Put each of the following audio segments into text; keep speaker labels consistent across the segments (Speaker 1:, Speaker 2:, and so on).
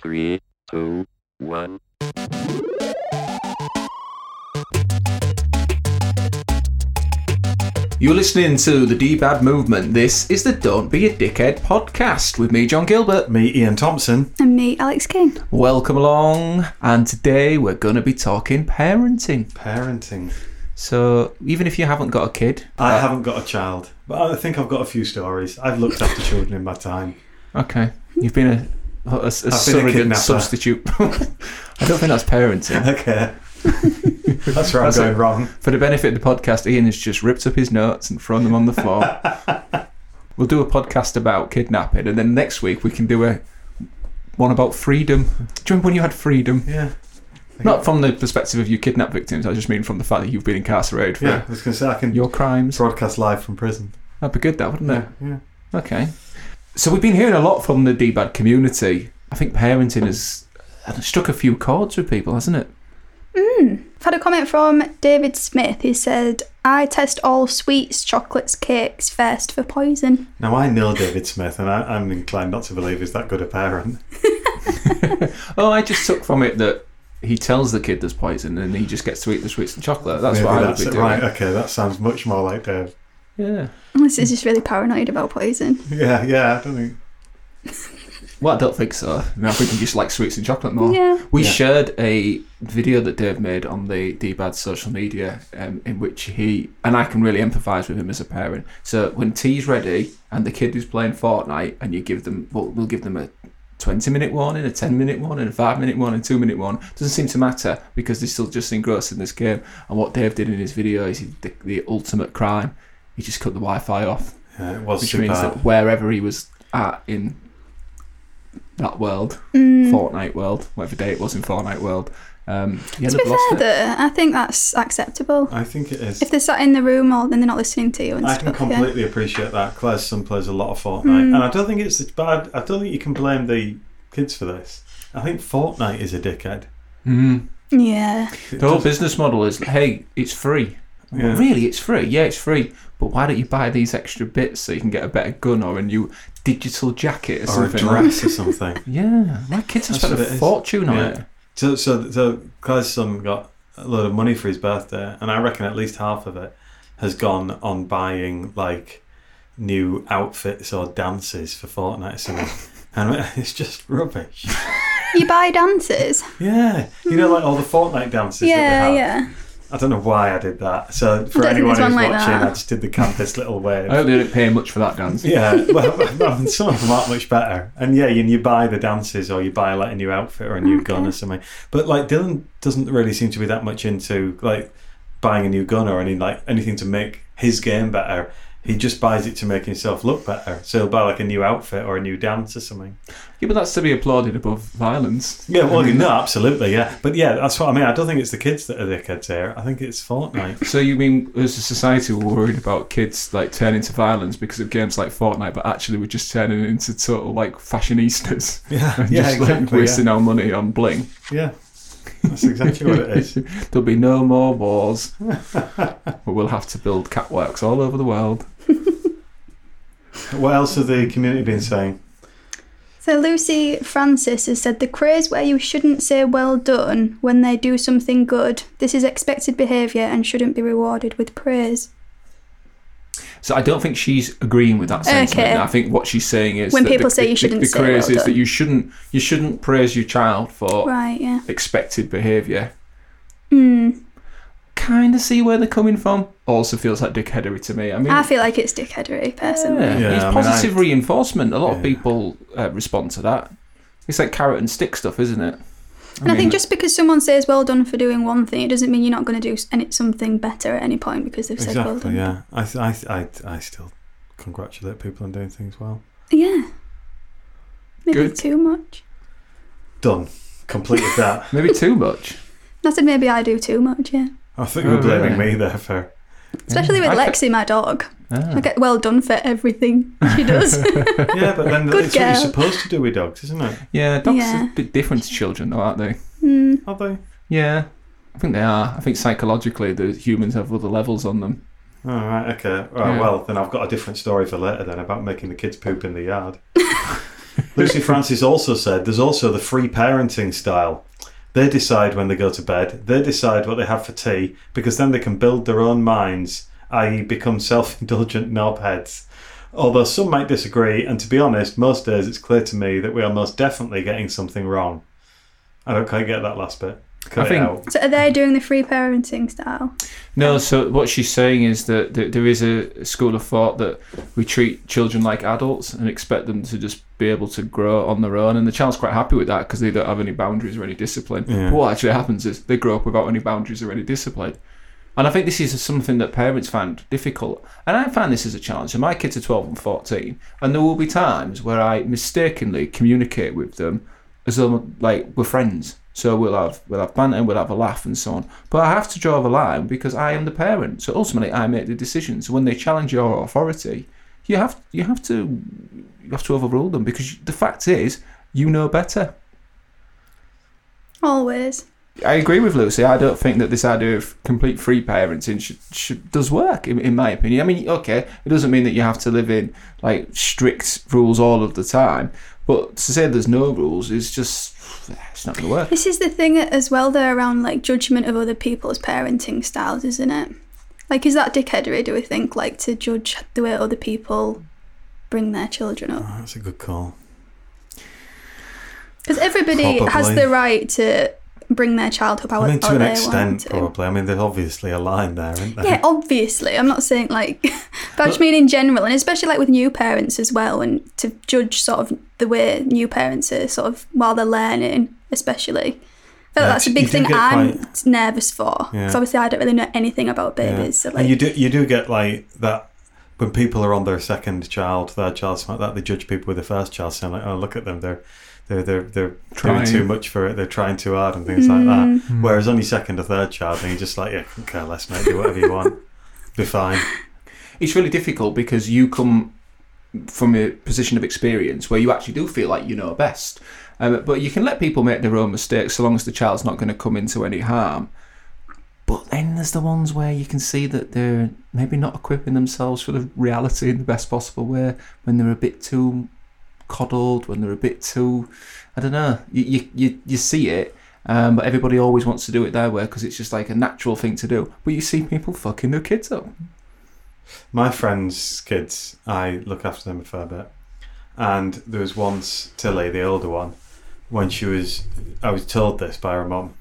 Speaker 1: Three, two, one.
Speaker 2: You're listening to the D-Bad Movement. This is the Don't Be a Dickhead podcast with me, John Gilbert.
Speaker 3: Me, Ian Thompson.
Speaker 4: And me, Alex Kane.
Speaker 2: Welcome along. And today we're going to be talking parenting. Uh,
Speaker 3: Parenting.
Speaker 2: So even if you haven't got a kid,
Speaker 3: I haven't got a child, but I think I've got a few stories. I've looked after children in my time.
Speaker 2: okay, you've been a, a, a surrogate
Speaker 3: kidnapper.
Speaker 2: substitute. I don't think that's parenting.
Speaker 3: Okay. That's where I'm
Speaker 2: That's
Speaker 3: going
Speaker 2: it.
Speaker 3: wrong.
Speaker 2: For the benefit of the podcast, Ian has just ripped up his notes and thrown them on the floor. we'll do a podcast about kidnapping, and then next week we can do a one about freedom. Do you remember when you had freedom?
Speaker 3: Yeah.
Speaker 2: Not from the perspective of you kidnap victims. I just mean from the fact that you've been incarcerated for
Speaker 3: Yeah, I was going to say, I can
Speaker 2: your crimes.
Speaker 3: broadcast live from prison.
Speaker 2: That'd be good, that wouldn't it?
Speaker 3: Yeah.
Speaker 2: Okay. So we've been hearing a lot from the D-bad community. I think parenting has struck a few chords with people, hasn't it?
Speaker 4: Mm. I've had a comment from David Smith. He said, I test all sweets, chocolates, cakes first for poison.
Speaker 3: Now, I know David Smith, and I, I'm inclined not to believe he's that good a parent.
Speaker 2: Oh, I just took from it that he tells the kid there's poison and he just gets to eat the sweets and chocolate. That's
Speaker 3: Maybe
Speaker 2: what I would
Speaker 3: that's
Speaker 2: be
Speaker 3: it.
Speaker 2: doing.
Speaker 3: Right, okay, that sounds much more like Dave.
Speaker 2: Yeah.
Speaker 4: This is just really paranoid about poison.
Speaker 3: Yeah, yeah, I don't think.
Speaker 2: Well, I don't think so. No, I think he just likes sweets and chocolate more.
Speaker 4: Yeah.
Speaker 2: We
Speaker 3: Yeah.
Speaker 2: shared a video that Dave made on the D-Bad social media um, in which he, and I can really empathise with him as a parent. So when tea's ready and the kid is playing Fortnite and you give them, well, we'll give them a 20 minute warning, a 10 minute warning, a 5 minute warning, 2 minute warning. Doesn't seem to matter because they're still just engrossed in this game. And what Dave did in his video is he, the, the ultimate crime. He just cut the Wi Fi off,
Speaker 3: Yeah, uh, it was
Speaker 2: which
Speaker 3: superb.
Speaker 2: means that wherever he was at in that world,
Speaker 4: Mm.
Speaker 2: Fortnite World, whatever day it was in Fortnite World. Um, he
Speaker 4: To
Speaker 2: ended
Speaker 4: be
Speaker 2: up lost
Speaker 4: fair,
Speaker 2: it.
Speaker 4: though, I think that's acceptable.
Speaker 3: I think it is.
Speaker 4: If they're sat in the room all, then they're not listening to you and
Speaker 3: I can
Speaker 4: stuff. yeah.
Speaker 3: completely appreciate that. Claire's son plays a lot of Fortnite,
Speaker 4: Mm.
Speaker 3: and I don't think it's bad. I don't think you can blame the kids for this. I think Fortnite is a dickhead.
Speaker 2: Mm.
Speaker 4: Yeah.
Speaker 3: It
Speaker 2: The whole
Speaker 3: does-
Speaker 2: business model is hey, it's free. Well,
Speaker 3: Yeah.
Speaker 2: really, it's free. Yeah, it's free. But why don't you buy these extra bits so you can get a better gun or a new digital jacket or,
Speaker 3: or a
Speaker 2: something? like-
Speaker 3: dress or something.
Speaker 2: Yeah, my kids have
Speaker 3: That's
Speaker 2: spent a
Speaker 3: what it is.
Speaker 2: fortune on
Speaker 3: Yeah.
Speaker 2: it.
Speaker 3: So, so, so Claire's son got a load of money for his birthday, and I reckon at least half of it has gone on buying like new outfits or dances for Fortnite or something. And it's just rubbish.
Speaker 4: You buy dances?
Speaker 3: Yeah, you know, like all the Fortnite dances. that they
Speaker 4: yeah,
Speaker 3: have.
Speaker 4: yeah.
Speaker 3: I don't know why I did that. So for
Speaker 4: don't think
Speaker 3: anyone
Speaker 4: there's
Speaker 3: who's watching,
Speaker 4: one like that.
Speaker 3: I just did the campus little
Speaker 2: I
Speaker 3: wave.
Speaker 2: hope they didn't pay much for that dance.
Speaker 3: Yeah, well, I mean, some of them aren't much better. And yeah, and you buy the dances or you buy like a new outfit or a new gun or something. But like Dylan doesn't really seem to be that much into like buying a new gun or any like anything to make his game better. He just buys it to make himself look better. So he'll buy like a new outfit or a new dance or something.
Speaker 2: Yeah, but that's to be applauded above violence.
Speaker 3: Yeah, well, no, absolutely, yeah. But yeah, that's what I mean. I don't think it's the kids that are dickheads here. I think it's Fortnite.
Speaker 2: So you mean as a society we're worried about kids like turning to violence because of games like Fortnite, but actually we're just turning into total like fashionistas.
Speaker 3: Yeah,
Speaker 2: and
Speaker 3: yeah,
Speaker 2: just like
Speaker 3: exactly. yeah.
Speaker 2: wasting our money on bling.
Speaker 3: Yeah, that's exactly what it is.
Speaker 2: There'll be no more wars. but we'll have to build catwalks all over the world.
Speaker 3: What else has the community been saying?
Speaker 4: So Lucy Francis has said the craze where you shouldn't say well done when they do something good. This is expected behaviour and shouldn't be rewarded with praise.
Speaker 2: So I don't think she's agreeing with that sentiment.
Speaker 4: Okay.
Speaker 2: I think what she's saying is
Speaker 4: When
Speaker 2: that
Speaker 4: people
Speaker 2: the,
Speaker 4: say you
Speaker 2: the-
Speaker 4: shouldn't
Speaker 2: the,
Speaker 4: say
Speaker 2: craze
Speaker 4: well
Speaker 2: is that
Speaker 4: done.
Speaker 2: you shouldn't you shouldn't praise your child for
Speaker 4: Right, yeah.
Speaker 2: expected behaviour.
Speaker 4: Mm.
Speaker 2: Kind of see where they're coming from. Also feels like dickheadery to me. I mean,
Speaker 4: I feel like it's dickheadery personally.
Speaker 2: Yeah,
Speaker 3: Yeah,
Speaker 2: it's
Speaker 3: I mean,
Speaker 2: positive reinforcement. A lot of
Speaker 3: Yeah.
Speaker 2: people uh, respond to that. It's like carrot and stick stuff, isn't it?
Speaker 4: And I think just because someone says well done for doing one thing, it doesn't mean you're not going to do s- any, something better at any point because they've said well
Speaker 3: Exactly.
Speaker 4: done.
Speaker 3: Yeah, I, th- I, th- I, I still congratulate people on doing things well.
Speaker 4: Yeah. Maybe
Speaker 2: Good.
Speaker 4: too much.
Speaker 3: Done. Completed that.
Speaker 2: maybe too much.
Speaker 4: I said maybe I do too much, yeah.
Speaker 3: I think you were
Speaker 2: Oh,
Speaker 3: blaming
Speaker 2: really?
Speaker 3: me there for.
Speaker 4: Especially with
Speaker 2: I fe-
Speaker 4: Lexi, my dog.
Speaker 2: Ah.
Speaker 4: I get well done for everything she does.
Speaker 3: Yeah, but then
Speaker 4: Good
Speaker 3: it's what you're
Speaker 4: girl.
Speaker 3: supposed to do with dogs, isn't it?
Speaker 2: Yeah, dogs
Speaker 4: Yeah.
Speaker 2: are a bit different to children, though, aren't they?
Speaker 4: mm.
Speaker 3: Are they?
Speaker 2: Yeah, I think they are. I think psychologically, the humans have other levels on them.
Speaker 3: All right. Okay. All right.
Speaker 2: Yeah.
Speaker 3: Well, then I've got a different story for later then about making the kids poop in the yard. Lucy Francis also said there's also the free parenting style. They decide when they go to bed, they decide what they have for tea, because then they can build their own minds, i.e., become self indulgent knobheads. Although some might disagree, and to be honest, most days it's clear to me that we are most definitely getting something wrong. I don't quite get that last bit. Cut
Speaker 2: I
Speaker 3: it
Speaker 2: think-
Speaker 3: out.
Speaker 4: So are they doing the free parenting style?
Speaker 2: No, so what she's saying is that th- there is a school of thought that we treat children like adults and expect them to just be able to grow on their own, and the child's quite happy with that because they don't have any boundaries or any discipline.
Speaker 3: Yeah.
Speaker 2: But what actually happens is they grow up without any boundaries or any discipline. And I think this is something that parents find difficult. And I find this as a challenge. So my kids are 12 and 14, and there will be times where I mistakenly communicate with them as though like we're friends. So we'll have we'll have banter, we'll have a laugh, and so on. But I have to draw the line because I am the parent. So ultimately, I make the decisions. So when they challenge your authority, you have you have to you have to overrule them because the fact is you know better.
Speaker 4: Always.
Speaker 2: I agree with Lucy. I don't think that this idea of complete free parenting should, should does work, in, in my opinion. I mean, okay, it doesn't mean that you have to live in like strict rules all of the time, but to say there's no rules is just it's not going to work.
Speaker 4: This is the thing as well, though, around like judgment of other people's parenting styles, isn't it? Like, is that dickheadery, do we think, like to judge the way other people bring their children up?
Speaker 3: Oh, that's a good call.
Speaker 4: Because everybody has
Speaker 3: Probably.
Speaker 4: the right to bring their child up how,
Speaker 3: I mean,
Speaker 4: how
Speaker 3: to an
Speaker 4: Oh, they
Speaker 3: extent,
Speaker 4: want to.
Speaker 3: probably. I mean, there's obviously a line there, isn't there?
Speaker 4: Yeah, obviously. I'm not saying like, but I just mean in general, and especially like with new parents as well, and to judge sort of the way new parents are sort of while they're learning, especially. I
Speaker 3: Yeah,
Speaker 4: feel like that's a
Speaker 3: you
Speaker 4: big
Speaker 3: do
Speaker 4: thing
Speaker 3: get
Speaker 4: I'm nervous for. 'Cause
Speaker 3: Yeah.
Speaker 4: obviously I don't really know anything about
Speaker 3: Yeah.
Speaker 4: babies. So like,
Speaker 3: and you do you do get like that when people are on their second child, third child, something like that. They judge people with their first child, saying like, "Oh, look at them! They're they're they're, they're
Speaker 2: Trying.
Speaker 3: doing too much for it. They're trying too hard and things like
Speaker 4: Mm.
Speaker 3: that." Whereas on your second or third child, then you're just like, "Yeah, couldn't care less, mate. Do whatever you want. Be fine."
Speaker 2: it's really difficult because you come from a position of experience where you actually do feel like you know best. Um, but you can let people make their own mistakes so long as the child's not going to come into any harm. But then there's the ones where you can see that they're maybe not equipping themselves for the reality in the best possible way when they're a bit too coddled, when they're a bit too, I don't know. You you you, you see it, um, but everybody always wants to do it their way because it's just like a natural thing to do. But you see people fucking their kids up.
Speaker 3: My friend's kids, I look after them a fair bit. And there was once Tilly, the older one, when she was, I was told this by her mum.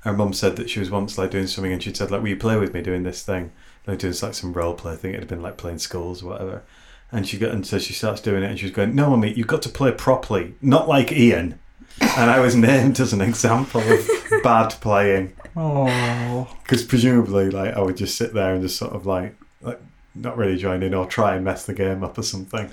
Speaker 3: Her mum said that she was once like doing something and she said, like, will you play with me doing this thing? Like doing like some role play thing. It had been like playing schools or whatever. And she got, and so she starts doing it and she was going, no, mummy, you've got to play properly, not like Ian. And I was named as an example of bad playing
Speaker 2: Oh.
Speaker 3: because presumably like I would just sit there and just sort of like like not really join in or try and mess the game up or something.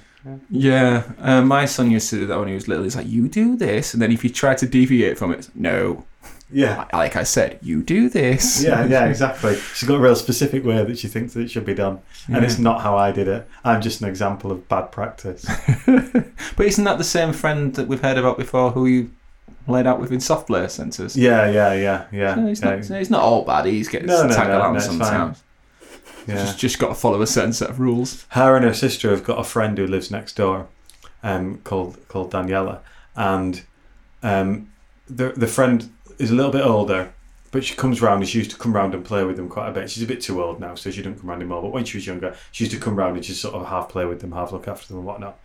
Speaker 2: Yeah, uh, my son used to do that when he was little. He's like, "You do this," and then if you try to deviate from it, it's, no,
Speaker 3: Yeah.
Speaker 2: I- like I said, you do this.
Speaker 3: Yeah, yeah, exactly. She's got a real specific way that she thinks that it should be done, and it's not how I did it. I'm just an example of bad practice.
Speaker 2: but isn't that the same friend that we've heard about before, who you laid out with in soft play centres?
Speaker 3: Yeah, yeah, yeah, yeah.
Speaker 2: No, he's
Speaker 3: yeah,
Speaker 2: not, he's not all bad. He gets
Speaker 3: No, no,
Speaker 2: tagged
Speaker 3: no,
Speaker 2: along
Speaker 3: no, it's fine.
Speaker 2: sometimes.
Speaker 3: yeah.
Speaker 2: Just, just got to follow a certain set of rules.
Speaker 3: her and her sister have got a friend who lives next door, um, called called Daniela, and um, the the friend is a little bit older, but she comes round and she used to come round and play with them quite a bit. She's a bit too old now, so she doesn't come round anymore. But when she was younger, she used to come round and just sort of half play with them, half look after them and whatnot.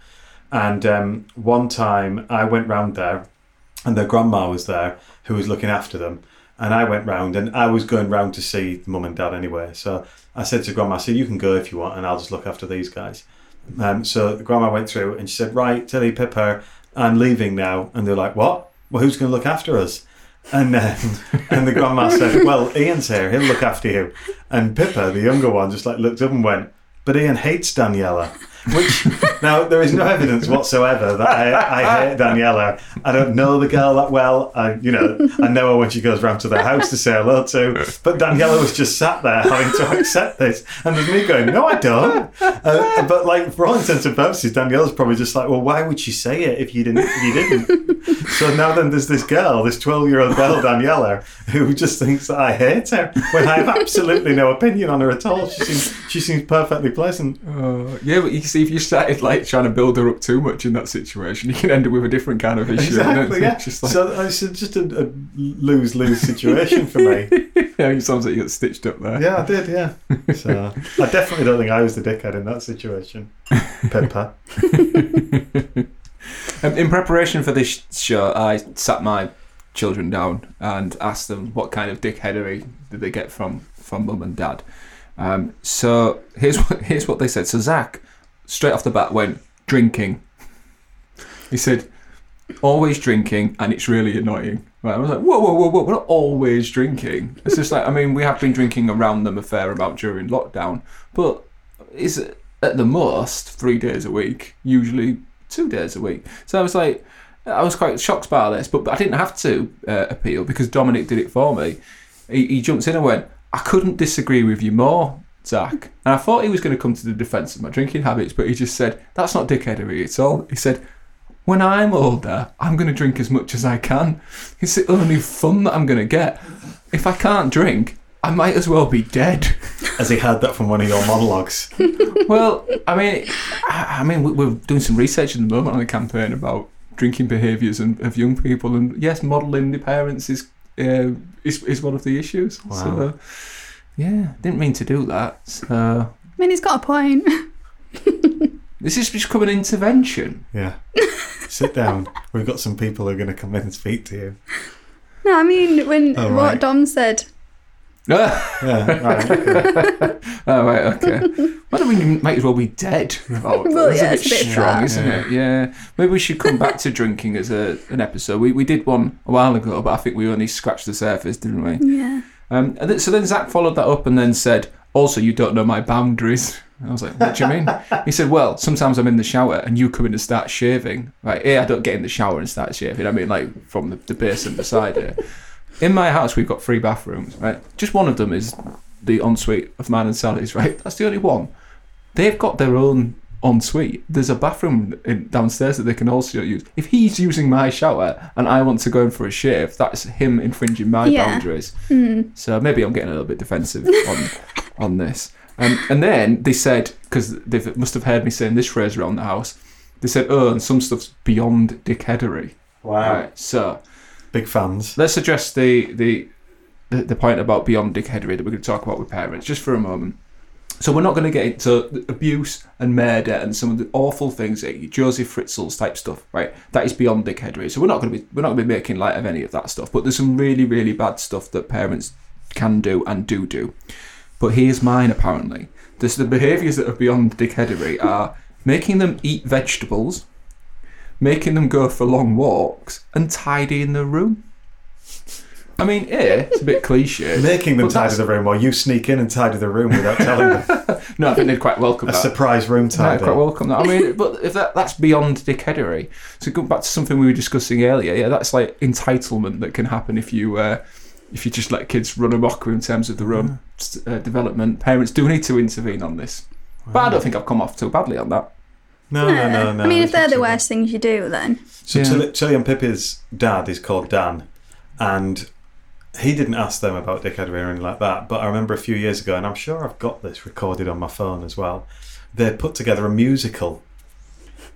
Speaker 3: And um, one time I went round there, and their grandma was there who was looking after them. And I went round, and I was going round to see mum and dad anyway. So I said to Grandma, I said, you can go if you want, and I'll just look after these guys. Um, so Grandma went through and she said, right, Tilly, Pipper, I'm leaving now. And they're like, what? Well, who's going to look after us? And then, and the grandma said, well, Ian's here, he'll look after you. And Pippa, the younger one, just like looked up and went, but Ian hates Daniela. Which, now, there is no evidence whatsoever that I, I hate Daniela. I don't know the girl that well. I, you know, I know her when she goes round to their house to say hello to. But Daniela was just sat there having to accept this. And there's me going, no, I don't. Uh, but, like, for all intents and purposes, Daniela's probably just like, well, why would she say it if you didn't? If you didn't? so now then there's this girl, this 12 year old girl, Daniela, who just thinks that I hate her when I have absolutely no opinion on her at all. She seems, she seems perfectly pleasant.
Speaker 2: Uh, yeah, but you see if you started like trying to build her up too much in that situation, you can end up with a different kind of issue. and
Speaker 3: Exactly.
Speaker 2: it's
Speaker 3: Yeah.
Speaker 2: Just like,
Speaker 3: so it's just a, a lose-lose situation for me.
Speaker 2: yeah, it sounds like you got stitched up there.
Speaker 3: Yeah, I did. Yeah. So I definitely don't think I was the dickhead in that situation. Pepper.
Speaker 2: Um, in preparation for this show, I sat my children down and asked them what kind of dickheadery did they get from from mum and dad. Um, so here's what here's what they said. So Zach, straight off the bat, went drinking. He said, "Always drinking, and it's really annoying." Right? I was like, "Whoa, whoa, whoa, whoa! We're not always drinking." It's just like I mean, we have been drinking around them a fair amount during lockdown, but it's at the most three days a week, usually two days a week. So I was like, I was quite shocked by this, but, but I didn't have to uh, appeal because Dominic did it for me. He, he jumped in and went, I couldn't disagree with you more, Zach. And I thought he was going to come to the defence of my drinking habits, but he just said, That's not dickheadery at all. He said, when I'm older, I'm going to drink as much as I can. It's the only fun that I'm going to get. If I can't drink, I might as well be dead.
Speaker 3: As he heard that from one of your monologues.
Speaker 2: Well, I mean, I I mean, we- we're doing some research at the moment on a campaign about drinking behaviours and of young people, and yes, modelling the parents is uh, is is one of the issues.
Speaker 3: Wow.
Speaker 2: So, yeah, didn't mean to do that. So,
Speaker 4: I mean, he's got a point.
Speaker 2: this is become an intervention.
Speaker 3: Yeah. Sit down. We've got some people who are going to come in and speak to you.
Speaker 4: No, I mean, when
Speaker 3: Oh,
Speaker 4: what
Speaker 3: right.
Speaker 4: Dom said,
Speaker 2: Ah,
Speaker 3: Yeah. Right. okay.
Speaker 2: oh, right, okay. Why don't we might as well be dead? Oh,
Speaker 4: Well,
Speaker 2: that's
Speaker 4: yeah, it's a bit
Speaker 2: strong,
Speaker 4: sad.
Speaker 2: isn't it? Yeah, maybe we should come back to drinking as a an episode. We we did one a while ago, but I think we only scratched the surface, didn't we?
Speaker 4: yeah,
Speaker 2: Um, and th- so then Zach followed that up and then said, "Also, you don't know my boundaries." I was like, "What do you mean?" he said, "Well, sometimes I'm in the shower and you come in and start shaving. Like, yeah, I don't get in the shower and start shaving. I mean, like from the, the basin beside it. In my house, we've got three bathrooms. Right, just one of them is the ensuite of mine and Sally's. Right, that's the only one. They've got their own." Ensuite. There's a bathroom in, downstairs that they can also use. If he's using my shower and I want to go in for a shave, that's him infringing my
Speaker 4: Yeah.
Speaker 2: boundaries.
Speaker 4: mm,
Speaker 2: So maybe I'm getting a little bit defensive on on this. Um, and then they said because they must have heard me saying this phrase around the house. They said, "Oh, and some stuff's beyond dickheadery."
Speaker 3: Wow.
Speaker 2: Right, so
Speaker 3: Big fans.
Speaker 2: let's address the the the, the point about beyond dickheadery that we're going to talk about with parents just for a moment. So we're not going to get into abuse and murder and some of the awful things that Joseph Fritzels type stuff, right? That is beyond dickheadery. So we're not going to be we're not going to be making light of any of that stuff. But there's some really really bad stuff that parents can do and do do. But here's mine apparently. This, the behaviours that are beyond dickheadery are making them eat vegetables, making them go for long walks, and tidying the room. I mean, eh, it's a bit cliche.
Speaker 3: Making them
Speaker 2: But
Speaker 3: tidy
Speaker 2: that's-
Speaker 3: the room while you sneak in and tidy the room without telling them.
Speaker 2: No, I think they'd quite welcome
Speaker 3: A
Speaker 2: that.
Speaker 3: surprise room
Speaker 2: No,
Speaker 3: tidy.
Speaker 2: quite welcome. That. I mean, but if that that's beyond dickheadery. So going back to something we were discussing earlier, yeah, that's like entitlement that can happen if you uh, if you just let kids run amok in terms of their own s uh, development. Parents do need to intervene on this, but I don't think I've come off too badly on that.
Speaker 3: No, no, no, no.
Speaker 4: I mean, if they're the
Speaker 3: absolutely.
Speaker 4: worst things you do, then
Speaker 3: So
Speaker 2: Yeah.
Speaker 3: Tilly, Tilly and Pippi's dad is called Dan, and he didn't ask them about dickheadery or anything like that. But I remember a few years ago, and I'm sure I've got this recorded on my phone as well. They put together a musical,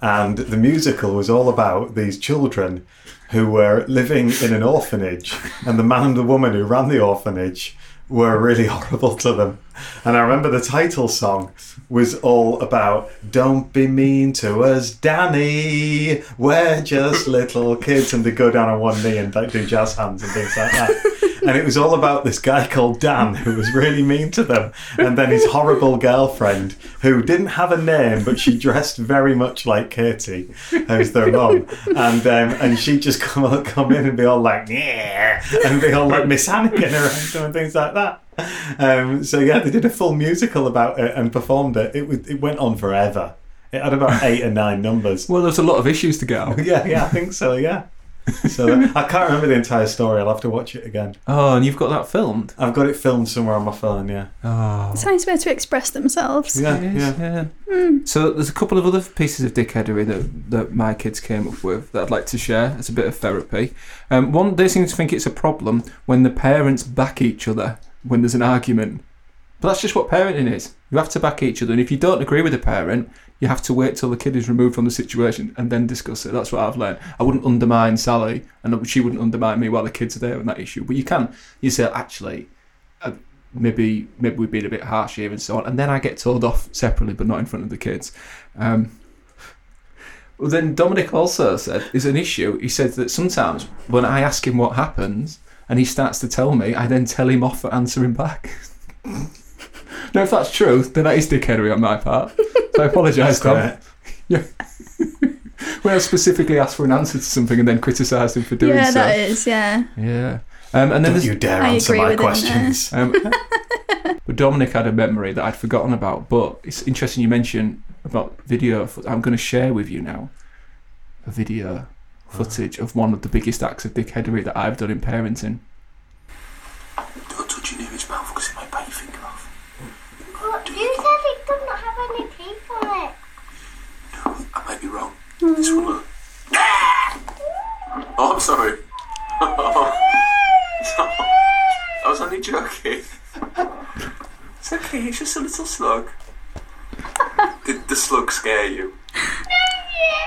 Speaker 3: and the musical was all about these children who were living in an orphanage, and the man and the woman who ran the orphanage were really horrible to them. And I remember the title song was all about "Don't be mean to us, Danny. We're just little kids," and they go down on one knee and like do jazz hands and things like that. And it was all about this guy called Dan who was really mean to them, and then his horrible girlfriend who didn't have a name but she dressed very much like Katie, who's their mum, and um, and she just come come in and be all like yeah, and be all like Miss Hannigan around them and things like that. Um, so yeah, they did a full musical about it and performed it. It was, it went on forever. It had about eight or nine numbers.
Speaker 2: Well, there's a lot of issues to get out.
Speaker 3: Yeah, yeah, I think so. Yeah. So that- I can't remember the entire story. I'll have to watch it again.
Speaker 2: Oh, and you've got that filmed.
Speaker 3: I've got it filmed somewhere on my phone. Yeah.
Speaker 2: Oh.
Speaker 4: it's a nice way to express themselves. Mm.
Speaker 3: Yeah.
Speaker 2: Yes,
Speaker 3: Yeah.
Speaker 2: yeah. So there's a couple of other pieces of dickheadery that, that my kids came up with that I'd like to share as a bit of therapy. Um, one, they seem to think it's a problem when the parents back each other when there's an argument. But that's just what parenting is. You have to back each other, and if you don't agree with the parent, you have to wait till the kid is removed from the situation and then discuss it. That's what I've learned. I wouldn't undermine Sally, and she wouldn't undermine me while the kids are there on that issue. But you can. You say, actually, uh, maybe maybe we've been a bit harsh here and so on, and then I get told off separately, but not in front of the kids. Um, well, then Dominic also said is an issue. He said that sometimes when I ask him what happens and he starts to tell me, I then tell him off for answering back. now, if that's true, then that is dickheadery on my part. So I apologise, Tom.
Speaker 3: Correct.
Speaker 2: Where I specifically asked for an answer to something and then criticised him for doing
Speaker 4: yeah,
Speaker 2: so.
Speaker 4: that is. Yeah.
Speaker 2: Yeah. Um, and then
Speaker 3: Don't
Speaker 2: there's
Speaker 3: you dare
Speaker 4: I
Speaker 3: answer my
Speaker 4: agree with him there.
Speaker 3: questions.
Speaker 2: Um, but Dominic had a memory that I'd forgotten about, but it's interesting you mention about video. fo- I'm going to share with you now a video footage of one of the biggest acts of dickheadery that I've done in parenting.
Speaker 5: Don't touch your neighbour's mouth because it might bite your finger off.
Speaker 6: But you said it does not have any teeth on it.
Speaker 5: No, I might be wrong. This one will. Oh, I'm sorry. I was only joking. It's okay, it's just a little slug. Did the slug scare you?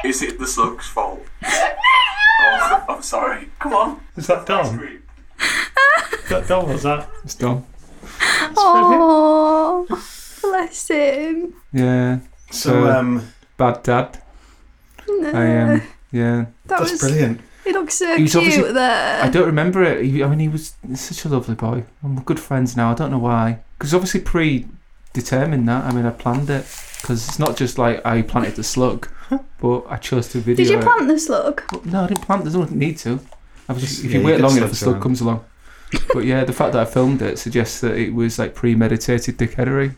Speaker 5: Is it the slug's fault? Oh, I'm sorry. Come on.
Speaker 3: Is that Dom?
Speaker 5: Scream.
Speaker 3: Is that Dom? Was that?
Speaker 2: It's Dom.
Speaker 4: Oh, bless him.
Speaker 2: Yeah.
Speaker 3: So um,
Speaker 2: bad dad.
Speaker 4: No,
Speaker 2: I um, am. yeah.
Speaker 4: that
Speaker 3: that's
Speaker 4: was.
Speaker 3: brilliant.
Speaker 4: He looks so
Speaker 2: He's obviously-
Speaker 4: cute there.
Speaker 2: I don't remember it. He, I mean, he was such a lovely boy. And we're good friends now. I don't know why. Because obviously predetermined that. I mean, I planned it. Because it's not just like I planted the slug, but I chose to video
Speaker 4: Did you
Speaker 2: it.
Speaker 4: plant the slug?
Speaker 2: Well, No, I didn't plant. There's no need to. I was just, if
Speaker 3: Yeah,
Speaker 2: you
Speaker 3: you
Speaker 2: wait
Speaker 3: get
Speaker 2: long enough,
Speaker 3: slugs
Speaker 2: the slug
Speaker 3: around.
Speaker 2: comes along. But yeah, the fact that I filmed it suggests that it was like premeditated dickheadery.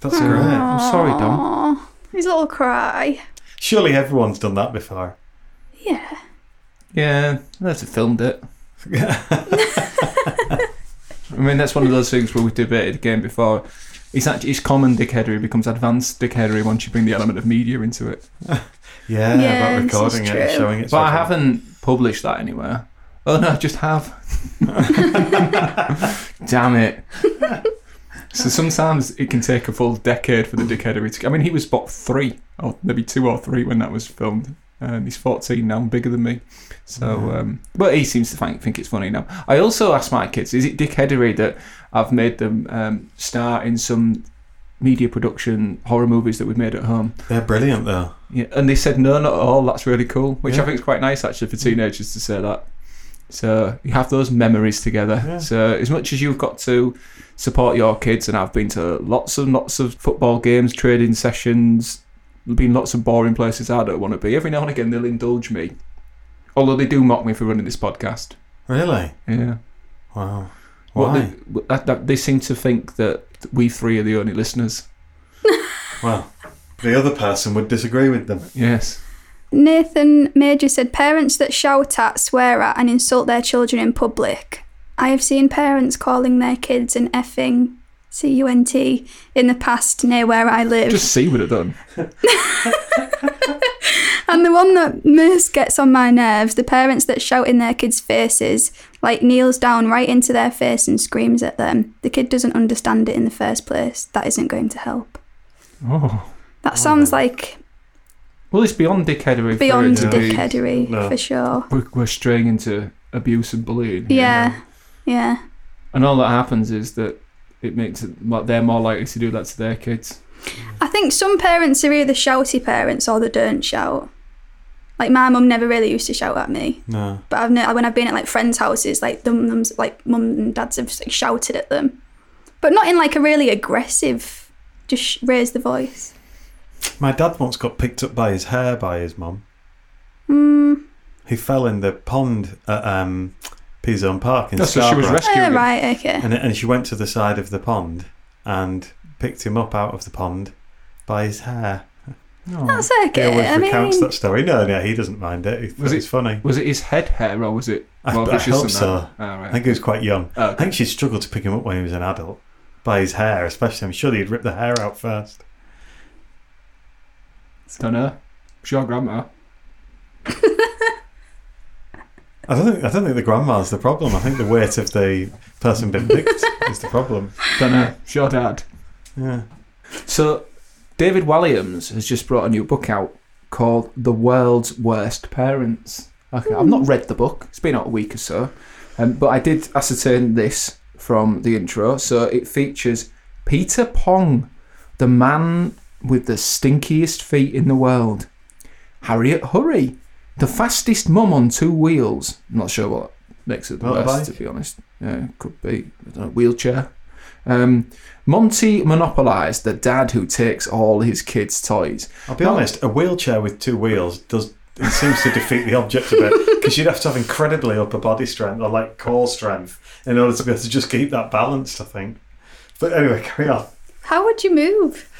Speaker 3: That's
Speaker 4: Hmm.
Speaker 2: Yeah.
Speaker 3: great.
Speaker 2: I'm sorry, Dom.
Speaker 4: Aw, His little cry.
Speaker 3: Surely everyone's done that before.
Speaker 4: Yeah.
Speaker 2: Yeah, that's have filmed it. I mean, that's one of those things where we've debated again before. It's actually it's common dickheadery becomes advanced dickheadery once you bring the element of media into it.
Speaker 3: Yeah,
Speaker 4: Yeah,
Speaker 3: about
Speaker 4: this is
Speaker 3: recording it, and
Speaker 4: true.
Speaker 3: showing it.
Speaker 2: But I haven't published that anywhere. Oh no, I just have. Damn it. so sometimes it can take a full decade for the dickheadery to. I mean, he was about three, or maybe two or three when that was filmed. And he's 14 now, and bigger than me. So, um, but he seems to think, think it's funny now. I also asked my kids, is it dickheadery that I've made them um, star in some media production horror movies that we've made at home?
Speaker 3: They're brilliant though.
Speaker 2: Yeah, and they said no, not at all. That's really cool, which
Speaker 3: Yeah. Mm.
Speaker 2: I think is quite nice actually for teenagers to say that. So you have those memories together.
Speaker 3: Yeah.
Speaker 2: So as much as you've got to support your kids, and I've been to lots and lots of football games, trading sessions, been lots of boring places I don't want to be. Every now and again they'll indulge me, although they do mock me for running this podcast.
Speaker 3: Really?
Speaker 2: Yeah,
Speaker 3: Wow.
Speaker 2: What
Speaker 3: Why?
Speaker 2: They, that, that, they seem to think that we three are the only listeners.
Speaker 3: Well, the other person would disagree with them.
Speaker 2: Yes.
Speaker 4: Nathan Major said parents that shout at, swear at, and insult their children in public. I have seen parents calling their kids an effing C U N T in the past near where I live.
Speaker 2: Just see what it done.
Speaker 4: And the one that most gets on my nerves, the parents that shout in their kids' faces, like kneels down right into their face and screams at them. The kid doesn't understand it in the first place. That isn't going to help.
Speaker 2: Oh.
Speaker 4: That sounds like
Speaker 2: Well, it's beyond dickheadery. for
Speaker 4: beyond
Speaker 2: it to be-
Speaker 4: dickheadery
Speaker 3: No.
Speaker 4: for sure.
Speaker 2: we're, we're straying into abuse and bullying.
Speaker 4: Yeah. Yeah.
Speaker 2: And all that happens is that it makes it like they're more likely to do that to their kids.
Speaker 4: I think some parents are either shouty parents or they don't shout. Like my mum never really used to shout at me,
Speaker 3: No.
Speaker 4: but I've ne- when I've been at like friends' houses, like them, them's like mum and dads have like, shouted at them, but not in like a really aggressive, just sh- raise the voice.
Speaker 3: My dad once got picked up by his hair by his mum.
Speaker 4: Mm.
Speaker 3: He fell in the pond at um, Pizone Park in
Speaker 2: No, so she was
Speaker 3: Scarborough.
Speaker 2: rescuing
Speaker 4: Eh,
Speaker 2: him.
Speaker 4: right, okay.
Speaker 3: and, and she went to the side of the pond and picked him up out of the pond by his hair.
Speaker 4: That's
Speaker 3: He
Speaker 4: okay.
Speaker 3: always
Speaker 4: I
Speaker 3: recounts
Speaker 4: mean,
Speaker 3: that story. No, no, he doesn't mind it. He
Speaker 2: Was
Speaker 3: was it's funny.
Speaker 2: Was it his head hair or was it
Speaker 3: I-
Speaker 2: more
Speaker 3: I
Speaker 2: vicious
Speaker 3: hope
Speaker 2: than
Speaker 3: so.
Speaker 2: that? All right.
Speaker 3: I think he was quite young.
Speaker 2: Oh,
Speaker 3: I think she struggled to pick him up when he was an adult by his hair, especially. I'm sure he'd rip the hair out first.
Speaker 2: Don't know. It's your grandma.
Speaker 3: I don't think I don't think the grandma's the problem. I think the weight of the person being picked is the problem.
Speaker 2: Don't know. Sure, Dad.
Speaker 3: Yeah.
Speaker 2: So, David Walliams has just brought a new book out called The World's Worst Parents. Okay, I've not read the book, it's been out a week or so, um, but I did ascertain this from the intro. So, it features Peter Pong, the man with the stinkiest feet in the world, Harriet Hurry, the fastest mum on two wheels. I'm not sure what makes it the
Speaker 3: Motorbike?
Speaker 2: worst, to be honest. Yeah, could be. I don't know, wheelchair. Um, Monty monopolised the dad who takes all his kids' toys.
Speaker 3: I'll be honest. A wheelchair with two wheels does it seems to defeat the object a bit because you'd have to have incredibly upper body strength or like core strength in order to be able to just keep that balanced. I think. But anyway, carry on.
Speaker 4: How would you move?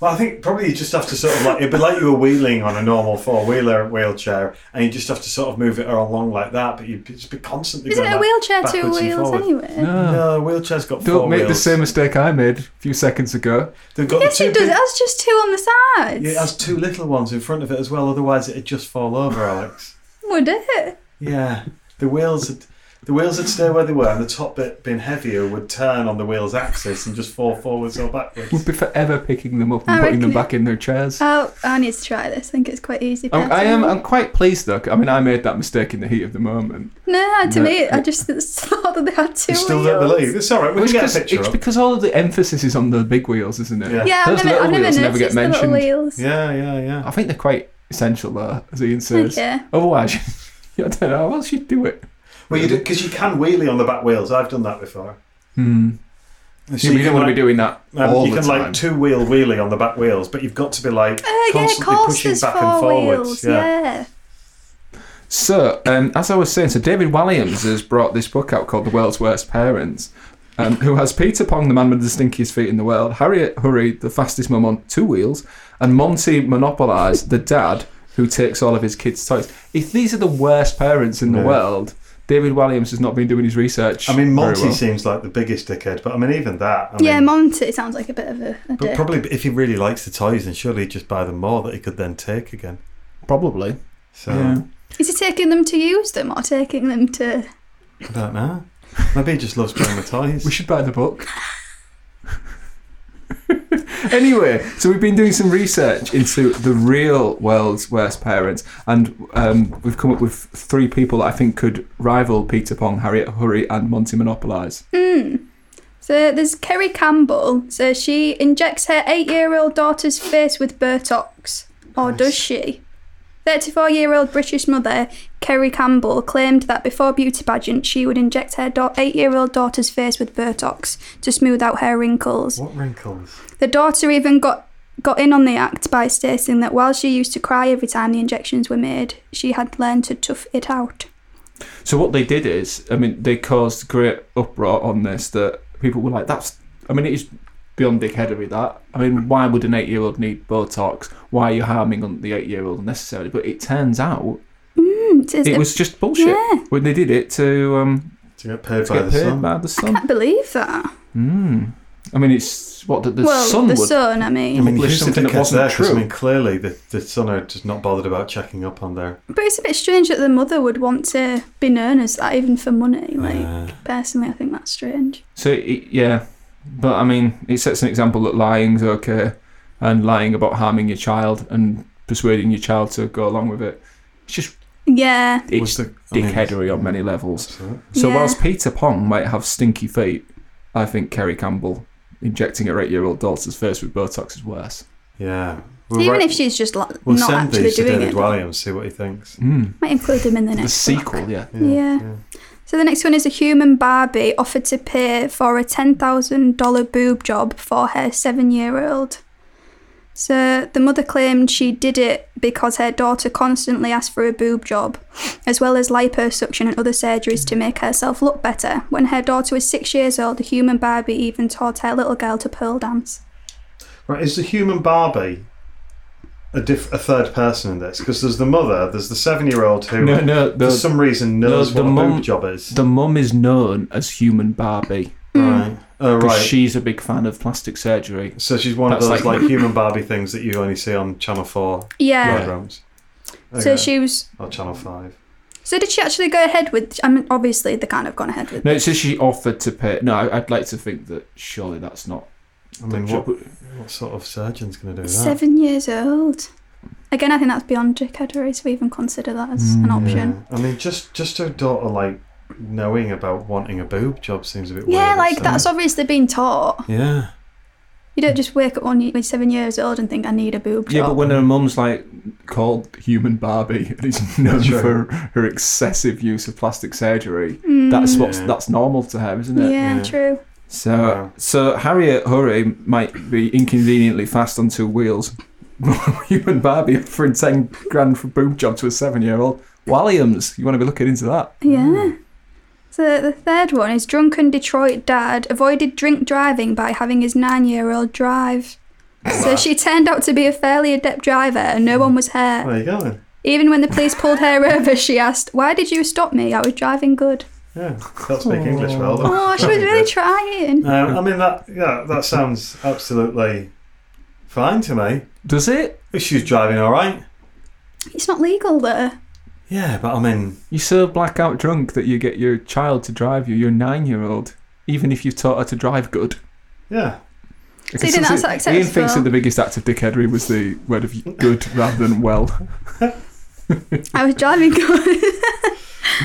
Speaker 3: Well, I think probably you just have to sort of like it'd be like you were wheeling on a normal four wheeler wheelchair, and you just have to sort of move it along like that. But you'd just be constantly.
Speaker 4: Isn't
Speaker 3: going
Speaker 4: it a
Speaker 3: like
Speaker 4: wheelchair two
Speaker 3: backwards and
Speaker 4: wheels
Speaker 3: forward.
Speaker 4: anyway?
Speaker 3: No, a wheelchair's got
Speaker 2: Don't
Speaker 3: four
Speaker 2: make the
Speaker 3: wheels.
Speaker 2: same mistake I made a few seconds ago.
Speaker 3: They've got
Speaker 4: Yes,
Speaker 3: the two
Speaker 4: it does. Oh,
Speaker 3: big-
Speaker 4: It has just two on the sides.
Speaker 3: It has two little ones in front of it as well. Otherwise, it'd just fall over, Alex.
Speaker 4: Would it?
Speaker 3: Yeah, the wheels would the wheels would stay where they were, and the top bit being heavier would turn on the wheel's axis and just fall forwards or
Speaker 2: We'd
Speaker 3: backwards.
Speaker 2: be forever picking them up and
Speaker 4: I
Speaker 2: putting them
Speaker 4: reckon it-
Speaker 2: back in their chairs.
Speaker 4: Oh, I need to try this. I think it's quite easy.
Speaker 2: I'm, Oh, I am.
Speaker 4: personally.
Speaker 2: I'm quite pleased though. 'cause- I mean, I made that mistake in the heat of the moment.
Speaker 4: No, to
Speaker 2: No.
Speaker 4: me, I just thought that they had two
Speaker 3: You still
Speaker 4: wheels.
Speaker 3: don't believe? It's all right. We
Speaker 2: It's
Speaker 3: can get
Speaker 2: because,
Speaker 3: a picture
Speaker 2: it's
Speaker 3: up.
Speaker 2: because all of the emphasis is on the big wheels, isn't it?
Speaker 3: Yeah.
Speaker 4: Yeah, I've
Speaker 2: Those
Speaker 4: never, I've
Speaker 2: little
Speaker 4: never
Speaker 2: wheels never
Speaker 4: noticed
Speaker 2: get
Speaker 4: the little
Speaker 2: mentioned.
Speaker 4: wheels.
Speaker 3: Yeah, yeah, yeah.
Speaker 2: I think they're quite essential though, as Ian says.
Speaker 4: Okay.
Speaker 2: Otherwise, I don't know how else you'd do it.
Speaker 3: Well, you because you can wheelie on the back wheels. I've done that before.
Speaker 2: Hmm.
Speaker 3: So
Speaker 2: you, don't
Speaker 3: can,
Speaker 2: want to
Speaker 3: like-
Speaker 2: be doing that
Speaker 3: um,
Speaker 2: all
Speaker 3: you
Speaker 2: the
Speaker 3: can
Speaker 2: time.
Speaker 3: like two wheel wheelie on the back wheels, but you've got to be like
Speaker 4: Oh, yeah, of
Speaker 3: constantly
Speaker 4: course,
Speaker 3: pushing
Speaker 4: there's
Speaker 3: back
Speaker 4: four
Speaker 3: and forwards.
Speaker 4: wheels.
Speaker 3: yeah.
Speaker 4: Yeah.
Speaker 2: So, um, as I was saying, so David Walliams has brought this book out called The World's Worst Parents, um, who has Peter Pong, the man with the stinkiest feet in the world, Harriet Hurry, the fastest mum on two wheels, and Monty Monopolize, the dad who takes all of his kids' toys. If these are the worst parents in the
Speaker 3: Yeah.
Speaker 2: world, David Walliams has not been doing his research.
Speaker 3: I mean,
Speaker 2: very
Speaker 3: Monty
Speaker 2: well.
Speaker 3: seems like the biggest dickhead, but I mean, even that. I
Speaker 4: yeah,
Speaker 3: mean,
Speaker 4: Monty sounds like a bit of a, a
Speaker 3: But
Speaker 4: dick.
Speaker 3: probably if he really likes the toys, then surely he'd just buy them more that he could then take again.
Speaker 2: Probably.
Speaker 3: So
Speaker 2: Yeah.
Speaker 4: Is he taking them to use them or taking them to?
Speaker 3: I don't know. Maybe he just loves playing with toys.
Speaker 2: We should buy the book. anyway, so we've been doing some research into the real world's worst parents, and um, we've come up with three people that I think could rival Peter Pong, Harriet Hurry, and Monty Monopolize.
Speaker 4: Hmm. So there's Kerry Campbell. So she injects her eight-year-old daughter's face with Botox, or does she? 34-year-old British mother Kerry Campbell claimed that before beauty pageants, she would inject her da- eight-year-old daughter's face with Botox to smooth out her wrinkles.
Speaker 3: What wrinkles?
Speaker 4: The daughter even got got in on the act by stating that while she used to cry every time the injections were made, she had learned to tough it out.
Speaker 2: So what they did is, I mean, they caused great uproar on this that people were like, "That's," I mean, it is beyond dickheadery. That I mean, why would an eight-year-old need Botox? Why are you harming on the eight-year-old unnecessarily? But it turns out
Speaker 4: Mm, it is
Speaker 2: it
Speaker 4: a-
Speaker 2: was just bullshit.
Speaker 4: Yeah.
Speaker 2: when they did it to um,
Speaker 3: To get paid
Speaker 2: to
Speaker 3: by
Speaker 2: get
Speaker 3: the
Speaker 2: paid
Speaker 3: sun.
Speaker 2: by the
Speaker 4: I
Speaker 2: sun.
Speaker 4: can't believe that.
Speaker 2: Mm. I mean, it's what the, the
Speaker 4: well,
Speaker 2: sun
Speaker 4: the
Speaker 2: would.
Speaker 4: sun, I mean.
Speaker 3: I mean,
Speaker 2: Publish
Speaker 3: who's the
Speaker 2: something that
Speaker 3: dickhead
Speaker 2: wasn't
Speaker 3: there? 'Cause,
Speaker 2: true.
Speaker 3: I mean, clearly the, the son are just not bothered about checking up on their. uh,
Speaker 4: But it's a bit strange that the mother would want to be known as that, even for money. Like,
Speaker 3: Uh,
Speaker 4: personally, I think that's strange.
Speaker 2: So it, yeah, but I mean, it sets an example that lying's okay, and lying about harming your child and persuading your child to go along with it. It's just
Speaker 4: Yeah.
Speaker 2: it's
Speaker 3: was the- I mean,
Speaker 2: dickheadery on many levels.
Speaker 3: absolutely.
Speaker 2: So
Speaker 4: yeah.
Speaker 2: whilst Peter Pong might have stinky feet, I think Kerry Campbell injecting her eight-year-old daughter's face with Botox is worse.
Speaker 3: Yeah.
Speaker 4: even
Speaker 3: write-
Speaker 4: if she's just like,
Speaker 3: we'll
Speaker 4: not
Speaker 3: send
Speaker 4: actually
Speaker 3: these to
Speaker 4: doing
Speaker 3: David
Speaker 4: it.
Speaker 3: Williams, see what he thinks.
Speaker 2: Mm.
Speaker 4: Might include him in the
Speaker 2: The
Speaker 4: next book.
Speaker 2: sequel, yeah.
Speaker 4: Yeah. So the next one is a human Barbie offered to pay for a $10,000 boob job for her seven year old. So the mother claimed she did it because her daughter constantly asked for a boob job, as well as liposuction and other surgeries to make herself look better. When her daughter was six years old, the human Barbie even taught her little girl to pole dance.
Speaker 3: Right, is the human Barbie a, diff- a third person in this? Because there's the mother, there's the seven-year-old who,
Speaker 2: No, no, the,
Speaker 3: for some reason,
Speaker 2: no,
Speaker 3: knows
Speaker 2: the
Speaker 3: what a
Speaker 2: mum-
Speaker 3: boob job is.
Speaker 2: the mum is known as Human Barbie.
Speaker 4: Hmm. Mm,
Speaker 3: Right. Oh,
Speaker 2: Because
Speaker 3: right.
Speaker 2: she's a big fan of plastic surgery.
Speaker 3: so she's one of
Speaker 2: That's
Speaker 3: those
Speaker 2: like-
Speaker 3: like, human Barbie things that you only see on Channel Four
Speaker 4: Yeah.
Speaker 3: programs.
Speaker 4: Uh, So
Speaker 3: Okay.
Speaker 4: she was
Speaker 3: or Channel Five.
Speaker 4: So did she actually go ahead with? I mean, obviously they can't have gone ahead with.
Speaker 2: No, it says she offered to pay. No, I- I'd like to think that surely that's not.
Speaker 3: I mean, what, what sort of surgeon's going to do that?
Speaker 4: Seven years old. Again, I think that's beyond chicadery to even consider that as
Speaker 2: Mm,
Speaker 4: an option.
Speaker 3: Mm, Yeah. I mean, just just her daughter like knowing about wanting a boob job seems a bit weird.
Speaker 4: Yeah, like
Speaker 3: so-
Speaker 4: that's obviously been taught.
Speaker 3: Yeah,
Speaker 4: You don't just wake up one when you're seven years old and think I need a boob job.
Speaker 2: Yeah, but when her mum's like called human Barbie and is known
Speaker 3: That's right.
Speaker 2: for her excessive use of plastic surgery,
Speaker 4: Mm,
Speaker 2: that's what's
Speaker 3: Yeah.
Speaker 2: that's normal to her, isn't
Speaker 4: yeah,
Speaker 2: it?
Speaker 3: Yeah.
Speaker 4: true.
Speaker 2: So,
Speaker 3: Wow.
Speaker 2: so Harriet Hurry might be inconveniently fast on two wheels. Human Barbie offering ten grand for boob job to a seven-year-old. Williams, you want to be looking into that?
Speaker 4: Yeah.
Speaker 2: Mm.
Speaker 4: So the third one is drunken Detroit dad avoided drink driving by having his nine-year-old drive. So she turned out to be a fairly adept driver, and no one was hurt.
Speaker 3: there you go then.
Speaker 4: Even when the police pulled her over, she asked, "Why did you stop me? I was driving good."
Speaker 3: Yeah, don't speak English well. though.
Speaker 4: Oh, she was really trying.
Speaker 3: Um, I mean that yeah that sounds absolutely fine to me.
Speaker 2: Does it?
Speaker 3: She's driving all right.
Speaker 4: It's not legal though.
Speaker 3: Yeah, but I mean,
Speaker 2: You're so blackout drunk that you get your child to drive you, your nine-year-old, even if you've taught her to drive good.
Speaker 3: yeah,
Speaker 4: So you think that's acceptable?
Speaker 2: Ian thinks that the biggest act of dickheadery was the word of good rather than well.
Speaker 4: I was driving good.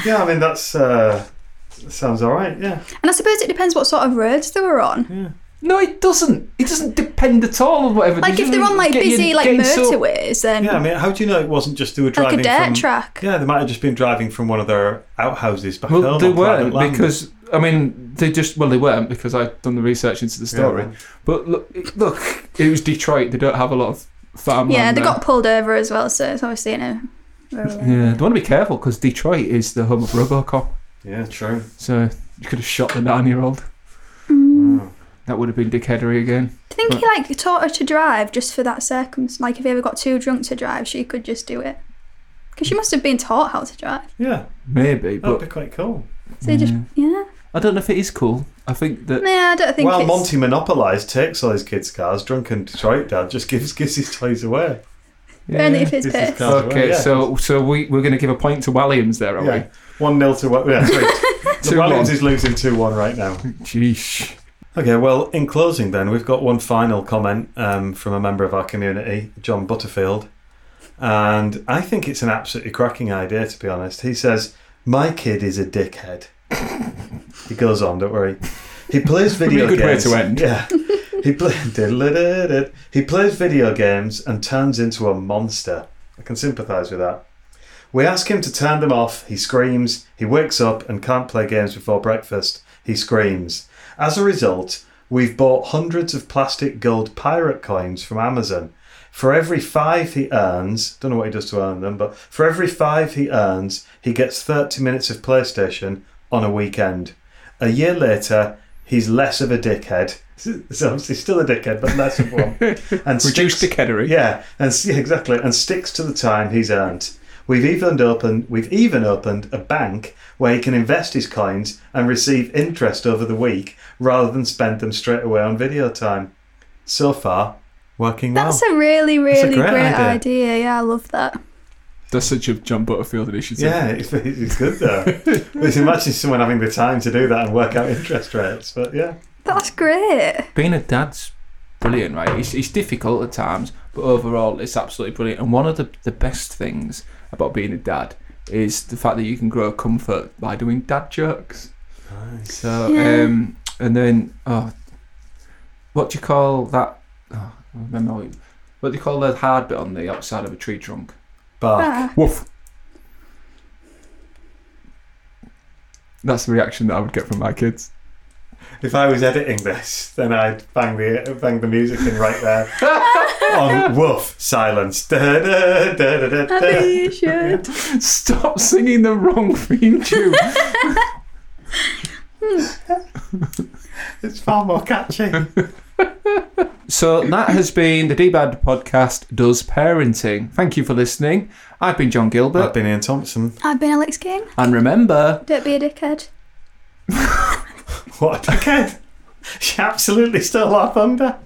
Speaker 3: yeah. I mean that's uh, sounds all right. Yeah,
Speaker 4: And I suppose it depends what sort of roads they were on.
Speaker 3: yeah.
Speaker 2: No, it doesn't. It doesn't depend at all on whatever.
Speaker 4: Like if they're on like
Speaker 2: Getting-
Speaker 4: busy like
Speaker 2: getting so-
Speaker 4: motorways, then
Speaker 3: Yeah, I mean, how do you know it wasn't just they were
Speaker 4: like a
Speaker 3: driving
Speaker 4: dirt
Speaker 3: from?
Speaker 4: track.
Speaker 3: Yeah, they might have just been driving from one of their outhouses back
Speaker 2: Well,
Speaker 3: home.
Speaker 2: they
Speaker 3: on private
Speaker 2: weren't
Speaker 3: land.
Speaker 2: because I mean they just well they weren't because I've done the research into the
Speaker 3: Yeah,
Speaker 2: story. But look, it- look, it was Detroit. They don't have a lot of farmland.
Speaker 4: Yeah, they
Speaker 2: there.
Speaker 4: got pulled over as well, so it's obviously in a. rural
Speaker 3: Mm-hmm.
Speaker 4: area.
Speaker 2: Yeah, they want to be careful because Detroit is the home of RoboCop.
Speaker 3: yeah, true.
Speaker 2: So you could have shot the nine-year-old.
Speaker 4: Mm.
Speaker 2: Hmm.
Speaker 3: Wow.
Speaker 2: That would have been dickheadery again.
Speaker 4: Do you think he like taught her to drive just for that circumstance? Like if he ever got too drunk to drive, she could just do it. Because she must have been taught how to drive.
Speaker 3: Yeah,
Speaker 2: Maybe,
Speaker 3: that'd
Speaker 2: but
Speaker 3: be quite cool.
Speaker 4: So just
Speaker 3: Mm-hmm.
Speaker 4: yeah.
Speaker 2: I don't know if it is cool. I think that
Speaker 4: Yeah, I don't think.
Speaker 3: While
Speaker 4: it's...
Speaker 3: Monty monopolised, takes all his kids' cars, drunken Detroit dad just gives gives his toys away.
Speaker 4: Only if
Speaker 3: Gives
Speaker 4: it's
Speaker 3: his
Speaker 4: pissed.
Speaker 3: cars away,
Speaker 2: Okay,
Speaker 3: yeah.
Speaker 2: so so we we're going to give a point to Williams there, are
Speaker 3: yeah, one 0 to one. Yeah, sorry.
Speaker 2: Two
Speaker 3: the Williams
Speaker 2: one.
Speaker 3: is losing two one right now.
Speaker 2: we? Jeez.
Speaker 3: Okay, well, in closing, then we've got one final comment um, from a member of our community, John Butterfield, and I think it's an absolutely cracking idea. To be honest, he says, "My kid is a dickhead." he goes on, don't worry. He plays
Speaker 2: be a
Speaker 3: video
Speaker 2: good way
Speaker 3: games.
Speaker 2: to end.
Speaker 3: Yeah. He, play- diddle-diddle-diddle. he plays video games and turns into a monster. I can sympathise with that. We ask him to turn them off. He screams. He wakes up and can't play games before breakfast. He screams. As a result, we've bought hundreds of plastic gold pirate coins from Amazon. For every five he earns, don't know what he does to earn them, but for every five he earns, he gets 30 minutes of PlayStation on a weekend. A year later, he's less of a dickhead. So obviously still a dickhead, but less of one. And
Speaker 2: Reduced
Speaker 3: sticks-
Speaker 2: dickheadery.
Speaker 3: yeah, and yeah, exactly, and sticks to the time he's earned. We've even opened we've even opened a bank where he can invest his coins and receive interest over the week rather than spend them straight away on video time. So far, working
Speaker 4: That's
Speaker 3: well.
Speaker 4: a really, really
Speaker 3: a
Speaker 4: great,
Speaker 3: great idea.
Speaker 4: idea. Yeah, I love that.
Speaker 2: That's such a John Butterfield initiative.
Speaker 3: yeah, it's, it's good though. Just imagine someone having the time to do that and work out interest rates. But yeah,
Speaker 4: That's great.
Speaker 2: Being a dad's brilliant, right? It's, it's difficult at times, but overall, it's absolutely brilliant. And one of the, the best things about being a dad is the fact that you can grow comfort by doing dad jokes. So,
Speaker 4: Yeah.
Speaker 2: um, and then, oh, what do you call that? Oh, I remember what, you- what do you call the hard bit on the outside of a tree trunk?
Speaker 3: bark.
Speaker 4: Ah.
Speaker 2: Woof. That's the reaction that I would get from my kids.
Speaker 3: If I was editing this, then I'd bang the bang the music in right there on woof silence. Da, da, da, da, da,
Speaker 4: I
Speaker 3: da.
Speaker 4: think you should.
Speaker 2: Stop singing the wrong theme tune.
Speaker 3: It's far more catchy.
Speaker 2: so that has been the D-Bad podcast does parenting. Thank you for listening. I've been John
Speaker 3: I've
Speaker 2: Gilbert,
Speaker 3: been Ian Thompson.
Speaker 4: I've been Alex King.
Speaker 2: and remember,
Speaker 4: Don't be a dickhead.
Speaker 3: What a dickhead! She absolutely stole our thunder.